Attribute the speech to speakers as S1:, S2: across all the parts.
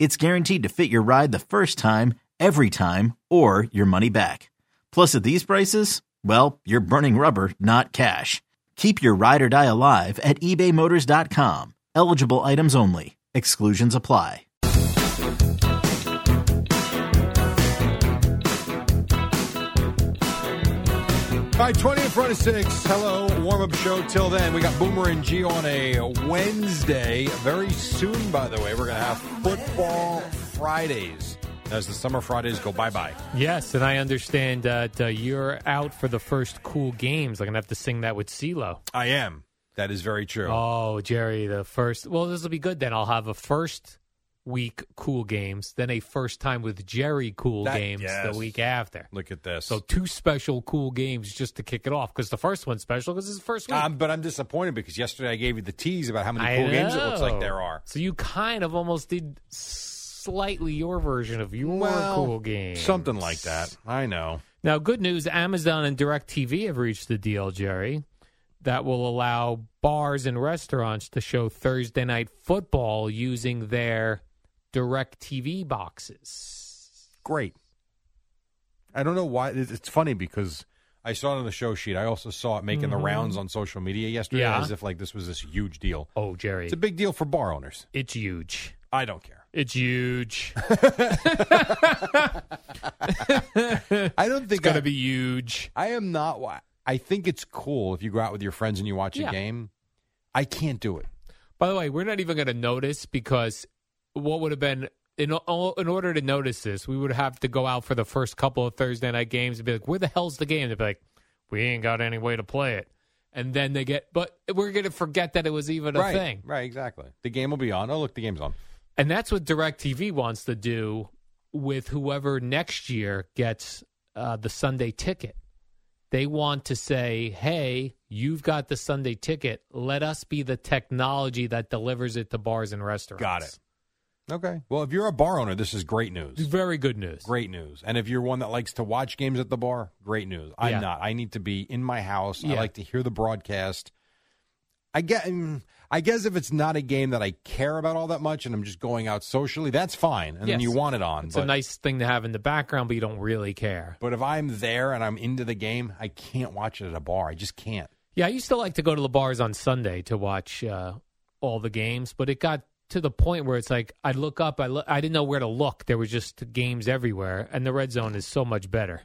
S1: it's guaranteed to fit your ride the first time, every time, or your money back. Plus, at these prices, well, you're burning rubber, not cash. Keep your ride or die alive at ebaymotors.com. Eligible items only. Exclusions apply.
S2: All right, 20 in front of 6. Hello, warm up show. Till then, we got Boomer and G on a Wednesday. Very soon, by the way, we're going to have Football Fridays as the summer Fridays go bye bye.
S3: Yes, and I understand that uh, you're out for the first cool games. I'm gonna have to sing that with CeeLo.
S2: I am. That is very true.
S3: Oh, Jerry, the first. Well, this will be good then. I'll have a first week cool games, then a first time with Jerry cool
S2: That-
S3: games
S2: yes.
S3: the week after.
S2: Look at this.
S3: So two special cool games just to kick it off because the first one's special because it's the first week.
S2: um, but I'm disappointed because yesterday I gave you the tease about how many
S3: I
S2: cool games it looks
S3: know.
S2: like there are.
S3: So you kind of almost did slightly your version of your cool game,
S2: Something like that. I know.
S3: Now, good news Amazon and DirecTV have reached a deal, Jerry, that will allow bars and restaurants to show Thursday night football using their DirecTV boxes.
S2: great. I don't know why. It's it's funny because I saw it on the show sheet. I also saw it making the rounds on social media yesterday
S3: Mm-hmm. Yeah.
S2: as if like this was this huge deal.
S3: Oh, Jerry,
S2: It's a big deal for bar owners.
S3: it's huge.
S2: I don't care.
S3: It's huge.
S2: I don't think
S3: It's going
S2: I-
S3: to be huge.
S2: I am not. wa- I think it's cool if you go out with your friends and you watch
S3: Yeah.
S2: a game. I can't do it.
S3: By the way, we're not even going to notice because what would have been in o- in order to notice this, we would have to go out for the first couple of Thursday night games and be like, "Where the hell's the game?" They'd be like, "We ain't got any way to play it." And then they get, but we're going to forget that it was even a
S2: right.
S3: thing.
S2: Right. Exactly. The game will be on. Oh, look, the game's on.
S3: And that's what DirecTV wants to do with whoever next year gets uh, the Sunday ticket. They want to say, hey, you've got the Sunday ticket. Let us be the technology that delivers it to bars and restaurants.
S2: Got it. Okay. Well, if you're a bar owner, this is great news.
S3: Very good news.
S2: Great news. And if you're one that likes to watch games at the bar, great news. I'm
S3: Yeah.
S2: not. I need to be in my house. I
S3: Yeah.
S2: like to hear the broadcast. I get. mm, I guess if it's not a game that I care about all that much, and I'm just going out socially, that's fine. And then
S3: Yes.
S2: you want it on.
S3: It's
S2: but,
S3: a nice thing to have in the background, but you don't really care.
S2: but if I'm there and I'm into the game, I can't watch it at a bar. I just can't.
S3: Yeah, I used to like to go to the bars on Sunday to watch uh, all the games, but it got to the point where it's like I'd look up, I, lo- I didn't know where to look. There was just games everywhere, and the red zone is so much better.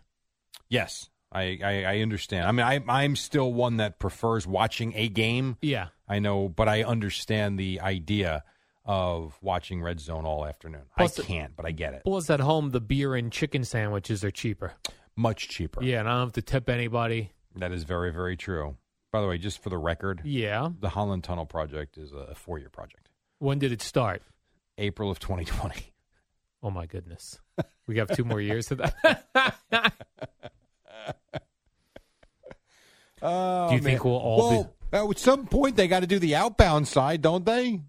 S2: Yes, I I, I understand. I mean, I I'm still one that prefers watching a game.
S3: Yeah.
S2: I know, but I understand the idea of watching Red Zone all afternoon.
S3: Plus
S2: I
S3: the-
S2: can't, but I get it.
S3: Plus, at home, the beer and chicken sandwiches are cheaper.
S2: Much cheaper.
S3: Yeah, and I don't have to tip anybody.
S2: That is very, very true. By the way, just for the record,
S3: Yeah.
S2: the Holland Tunnel project is a four year project.
S3: When did it start?
S2: April of 2020.
S3: Oh, my goodness. We have two more years of that.
S2: Oh,
S3: Do you think we'll all
S2: well, at some point they got to do the outbound side, don't they?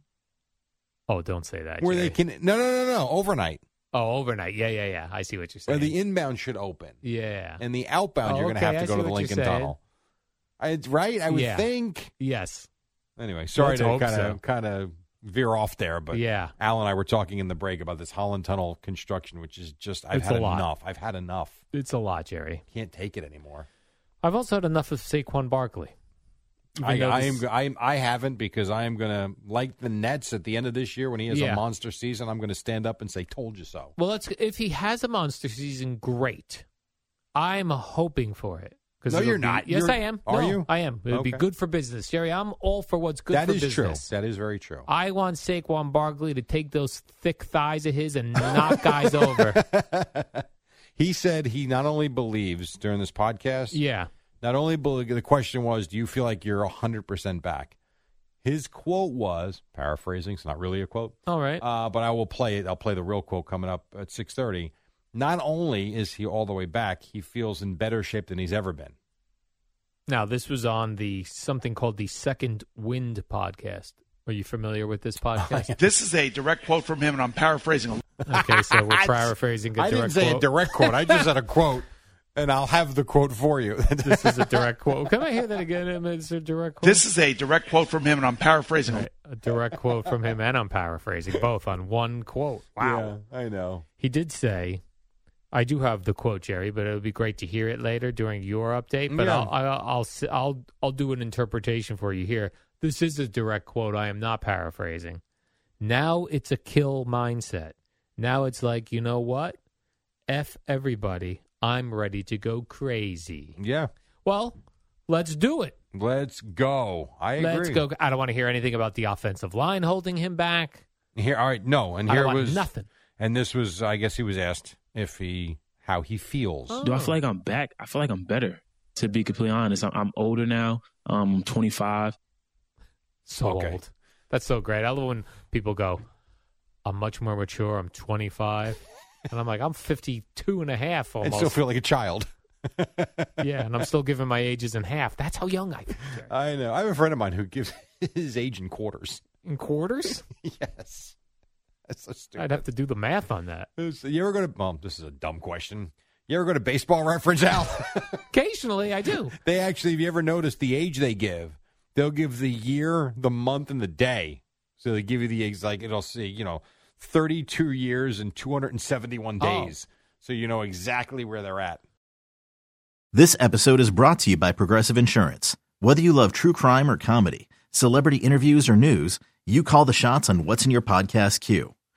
S3: oh, don't say that.
S2: Where they
S3: Jerry.
S2: can no, no, no, no, overnight.
S3: Oh, overnight. Yeah, yeah, yeah. I see what you're
S2: Where
S3: saying.
S2: the inbound should open,
S3: yeah.
S2: and the outbound
S3: Oh,
S2: you're going to
S3: okay,
S2: have to go
S3: I see
S2: to the
S3: what you're
S2: Lincoln
S3: saying.
S2: Tunnel. I, it's right. I would
S3: Yeah.
S2: think.
S3: yes.
S2: Anyway, sorry
S3: Let's
S2: to
S3: hope
S2: kind of
S3: so.
S2: kind of veer off there, but
S3: Yeah.
S2: Al and I were talking in the break about this Holland Tunnel construction, which is just I've
S3: It's
S2: had
S3: a lot.
S2: enough. I've had enough.
S3: It's a lot, Jerry.
S2: Can't take it anymore.
S3: I've also had enough of Saquon Barkley.
S2: I,
S3: though
S2: I
S3: this-
S2: am. I am. I haven't because I am going to like the Nets at the end of this year when he has
S3: Yeah.
S2: a monster season. I'm going to stand up and say, "Told you so."
S3: Well, let's. If he has a monster season, great. I'm hoping for it. 'Cause
S2: No,
S3: it'll
S2: you're
S3: be-
S2: not.
S3: Yes,
S2: You're-
S3: I am.
S2: Are
S3: No,
S2: you?
S3: I am. It'd be
S2: Okay.
S3: good for business, Jerry. I'm all for what's good.
S2: That
S3: for
S2: is
S3: business.
S2: true. That is very true.
S3: I want Saquon Barkley to take those thick thighs of his and knock guys over.
S2: he said he not only believes during this podcast.
S3: Yeah.
S2: Not only believe, the question was, do you feel like you're hundred percent back? His quote was paraphrasing. It's not really a quote.
S3: All right.
S2: Uh, but I will play it. I'll play the real quote coming up at six thirty. Not only is he all the way back, he feels in better shape than he's ever been.
S3: Now, this was on the something called the Second Wind podcast. Are you familiar with this podcast?
S4: This is a direct quote from him, and I'm paraphrasing.
S3: okay, so we're paraphrasing a
S2: I didn't
S3: direct
S2: say a
S3: quote.
S2: direct quote. I just had a quote, and I'll have the quote for you.
S3: This is a direct quote. Can I hear that again? It's a direct quote.
S4: This is a direct quote from him, and I'm paraphrasing.
S3: Right, a direct quote from him, and I'm paraphrasing both on one quote. Wow.
S2: Yeah, I know.
S3: He did say, I do have the quote, Jerry, but it would be great to hear it later during your update. But
S2: Yeah.
S3: I'll, I'll, I'll, s- I'll, I'll do an interpretation for you here. This is a direct quote. I am not paraphrasing. Now it's a kill mindset. Now it's like, you know what? F everybody. I'm ready to go crazy.
S2: Yeah,
S3: Well, let's do it.
S2: let's go. I agree.
S3: Let's go. I don't want to hear anything about the offensive line holding him back.
S2: Here, all right. No, and
S3: I
S2: here
S3: don't want
S2: was
S3: nothing.
S2: And this was, I guess, he was asked if he how he feels.
S3: Oh.
S5: Do I feel like I'm back? I feel like I'm better. To be completely honest, I'm, I'm older now. Um, I'm 25.
S3: So
S2: Okay.
S3: old. That's so great. I love when people go, I'm much more mature. I'm 25. and I'm like, I'm 52 and a half
S2: I
S3: almost.
S2: still feel like a child.
S3: yeah, and I'm still giving my ages in half. That's how young I feel. Jerry.
S2: I know. I have a friend of mine who gives his age in quarters.
S3: In quarters?
S2: Yes, that's so stupid.
S3: I'd have to do the math on that.
S2: So you ever go to? Well, this is a dumb question. You ever go to Baseball Reference, Al?
S3: Occasionally, I do.
S2: they actually, have you ever noticed the age they give? They'll give the year, the month, and the day. So they give you the ex- like it'll say, you know, thirty-two years and two hundred and seventy-one
S3: Oh.
S2: days. So you know exactly where they're at.
S1: This episode is brought to you by Progressive Insurance. Whether you love true crime or comedy, celebrity interviews or news, you call the shots on what's in your podcast queue.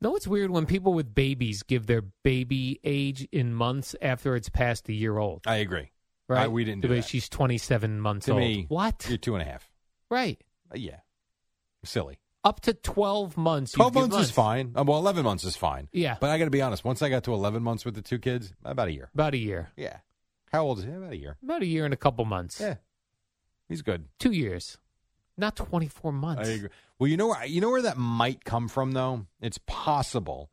S3: No, it's weird when people with babies give their baby age in months after it's past a year old.
S2: I agree.
S3: Right?
S2: I- we didn't do
S3: Because
S2: that.
S3: She's 27 months
S2: To
S3: old.
S2: me,
S3: what?
S2: You're two and a half.
S3: Right.
S2: Uh, yeah, silly.
S3: Up to 12 months. you
S2: Twelve
S3: give
S2: months, is fine. Um, well, eleven months is fine.
S3: Yeah.
S2: but I got to be honest. Once I got to eleven months with the two kids, about a year.
S3: About a year.
S2: Yeah. How old is he? About a year.
S3: About a year and a couple months.
S2: Yeah, he's good.
S3: Two years. Not 24 months.
S2: I agree. Well, you know where you know where that might come from, though. It's possible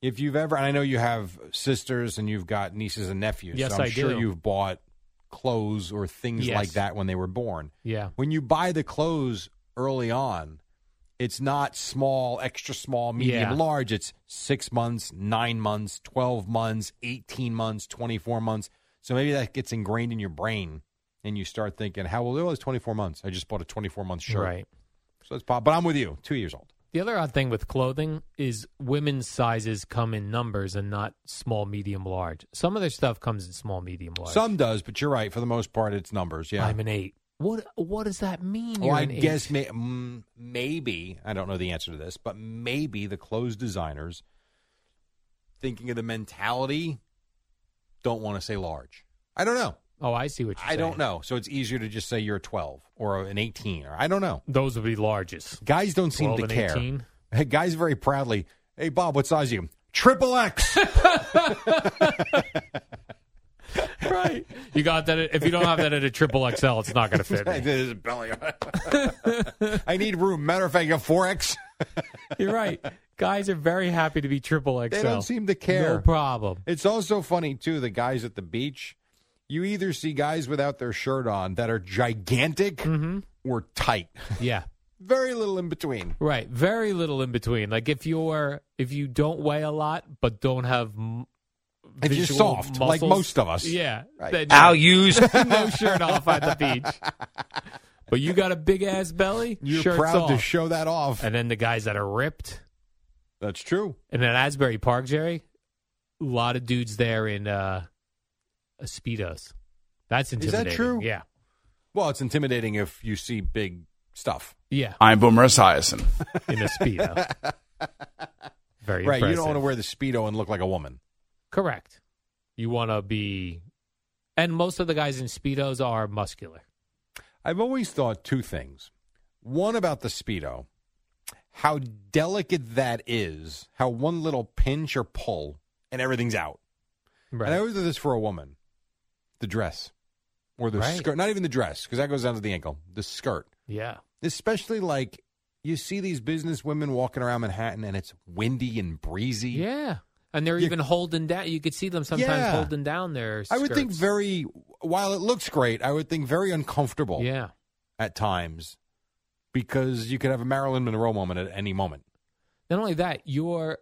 S2: if you've ever, and I know you have sisters and you've got nieces and nephews.
S3: Yes,
S2: so I'm
S3: I
S2: sure
S3: do.
S2: you've bought clothes or things
S3: Yes.
S2: like that when they were born.
S3: Yeah.
S2: when you buy the clothes early on, it's not small, extra small, medium,
S3: Yeah.
S2: large. It's six months, nine months, 12 months, 18 months, 24 months. So maybe that gets ingrained in your brain and you start thinking, how old? Oh, it's 24 months. I just bought a 24 month shirt.
S3: Right.
S2: So it's pop. But I'm with you, two years old.
S3: The other odd thing with clothing is women's sizes come in numbers and not small, medium, large. Some of their stuff comes in small, medium, large.
S2: Some does, but you're right. For the most part, it's numbers. Yeah.
S3: I'm an eight. What What does that mean?
S2: Well,
S3: you're
S2: I
S3: an eight?
S2: guess may, mm, maybe I don't know the answer to this, but maybe the clothes designers, thinking of the mentality, don't want to say large. I don't know.
S3: Oh, I see what you're
S2: I don't
S3: saying.
S2: know. So it's easier to just say you're a 12 or an 18 or I don't know.
S3: Those would be largest.
S2: Guys don't seem
S3: 12
S2: to
S3: and
S2: care.
S3: 18.
S2: Guys very proudly, hey Bob, what size are you? Triple X.
S3: right. You got that. at- If you don't have that at a triple XL, it's not going to fit. me.
S2: There's a belly on it. I need room. Matter of fact, I got four X.
S3: You're right. Guys are very happy to be triple XL.
S2: They don't seem to care.
S3: No problem.
S2: It's also funny too. The guys at the beach, you either
S3: Mm-hmm.
S2: see guys without their shirt on that are gigantic or tight.
S3: Yeah.
S2: very little in between.
S3: Right, very little in between. Like if you're if you don't weigh a lot but don't have m-
S2: If you're
S3: visual
S2: soft, like
S3: muscles-
S2: most of us.
S3: yeah,
S2: Right.
S3: then
S6: I'll use.
S3: no shirt off at the beach. But you got a big ass belly,
S2: You're
S3: shirts
S2: proud to
S3: off.
S2: show that off.
S3: and then the guys that are ripped,
S2: That's true.
S3: and then Asbury Park, Jerry, a lot of dudes there in uh, speedos. That's
S2: that
S3: intimidating.
S2: true?
S3: Yeah,
S2: Well, it's intimidating if you see big stuff.
S3: yeah,
S7: I'm Boomer Esiason.
S3: in a speedo. Very
S2: right. You
S3: impressive.
S2: don't want to wear the Speedo and look like a woman.
S3: Correct. You want to be, and most of the guys in speedos are muscular.
S2: I've always thought two things. One about the Speedo, how delicate that is, how one little pinch or pull and everything's out.
S3: Right.
S2: And I always do this for a woman the dress or the
S3: Right.
S2: skirt, not even the dress, because that goes down to the ankle, the skirt.
S3: yeah.
S2: Especially like you see these business women walking around Manhattan and it's windy and breezy.
S3: Yeah. And they're
S2: You-
S3: even holding down. You could see them sometimes
S2: Yeah.
S3: holding down their.
S2: I would think
S3: skirts.
S2: very, while it looks great, I would think very uncomfortable
S3: Yeah.
S2: at times because you could have a Marilyn Monroe moment at any moment.
S3: Not only that, you're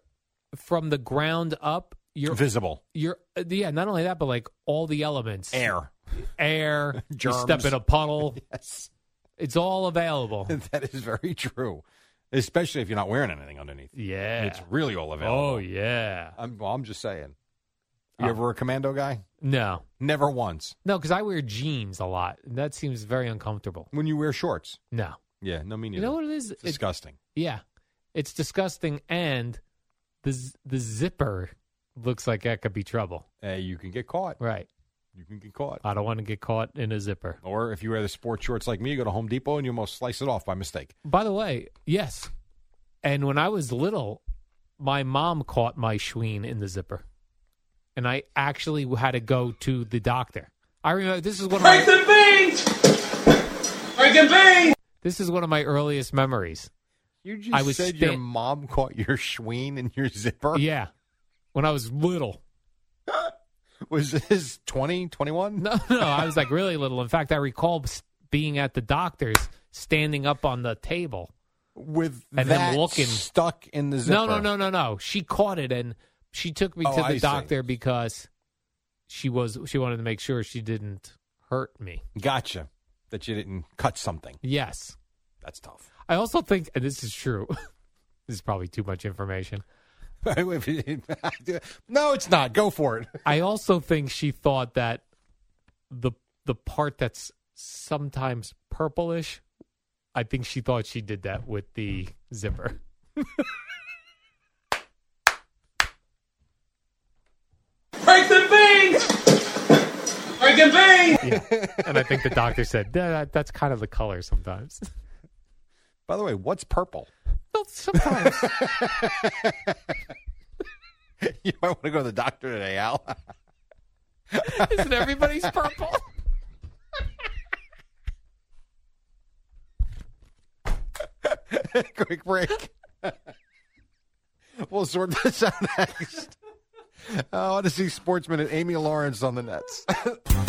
S3: from the ground up. You're
S2: Visible.
S3: you're uh, yeah. Not only that, but like all the elements,
S2: Air.
S3: air. You step
S2: Germs.
S3: in a puddle.
S2: Yes.
S3: It's all available.
S2: that is very true, especially if you're not wearing anything underneath.
S3: Yeah.
S2: It's really all available.
S3: oh yeah.
S2: I'm, well, I'm just saying.
S3: Oh.
S2: You ever a commando guy?
S3: No.
S2: Never once.
S3: No, because I wear jeans a lot, and that seems very uncomfortable.
S2: When you wear shorts.
S3: No.
S2: Yeah, no, me
S3: You
S2: neither.
S3: know what it is? It-
S2: Disgusting.
S3: yeah, it's disgusting, and the z- the zipper looks like that could be trouble.
S2: Uh, you can get caught.
S3: Right.
S2: You can get caught.
S3: I don't want to get caught in a zipper.
S2: Or if you wear the sports shorts like me, you go to Home Depot and you almost slice it off by mistake.
S3: By the way, yes. And when I was little, my mom caught my schween in the zipper, and I actually had to go to the doctor. I remember this is one of my, this is one of my earliest memories.
S2: You just
S3: I was
S2: said
S3: sta-
S2: your mom caught your schween in your zipper.
S3: Yeah, when I was little.
S2: Was this 20, 21?
S3: No, no, I was like really little. In fact, I recall s- being at the doctor's, standing up on the table.
S2: With
S3: And
S2: that
S3: then looking-
S2: stuck in the zipper.
S3: No, no, no, no, no. She caught it and she took me
S2: Oh,
S3: to the
S2: I see.
S3: doctor because she was she wanted to make sure she didn't hurt me.
S2: Gotcha. That you didn't cut something.
S3: Yes.
S2: That's tough.
S3: I also think and this is true. this is probably too much information.
S2: no, it's not. Go for it.
S3: I also think she thought that the the part that's sometimes purplish, I think she thought she did that with the zipper. Break the beans! Break the beans! Yeah. And I think the doctor said "That- that, that's kind of the color sometimes.
S2: By the way, what's purple?
S3: No, sometimes.
S2: You might want to go to the doctor today, Al.
S3: Isn't everybody's purple?
S2: Quick break. we'll sort this out next. Uh, Odyssey Sportsman and Amy Lawrence on the Nets.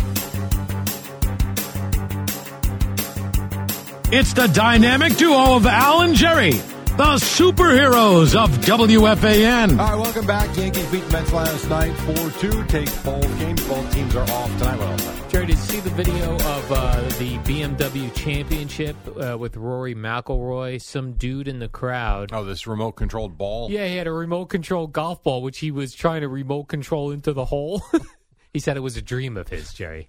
S8: It's the dynamic duo of Al and Jerry, the superheroes of WFAN.
S2: All right, welcome back. Yankees beat the Mets last night 4 2. Take both games. Both teams are off tonight. What else?
S3: Jerry, did you see the video of uh, the BMW Championship uh, with Rory McIlroy? Some dude in the crowd.
S2: Oh, this remote controlled ball.
S3: Yeah, he had a remote control golf ball, which he was trying to remote control into the hole. he said it was a dream of his, Jerry.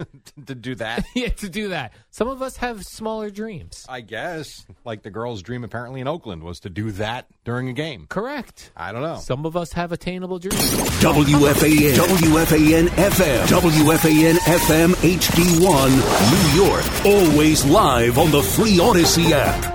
S2: To do that,
S3: yeah, to do that. Some of us have smaller dreams.
S2: I guess. Like the girl's dream apparently in Oakland was to do that during a game.
S3: Correct.
S2: I don't know.
S3: Some of us have attainable dreams.
S9: WFAN, WFAN FM, WFAN FM HD1, New York. Always live on the free Odyssey app.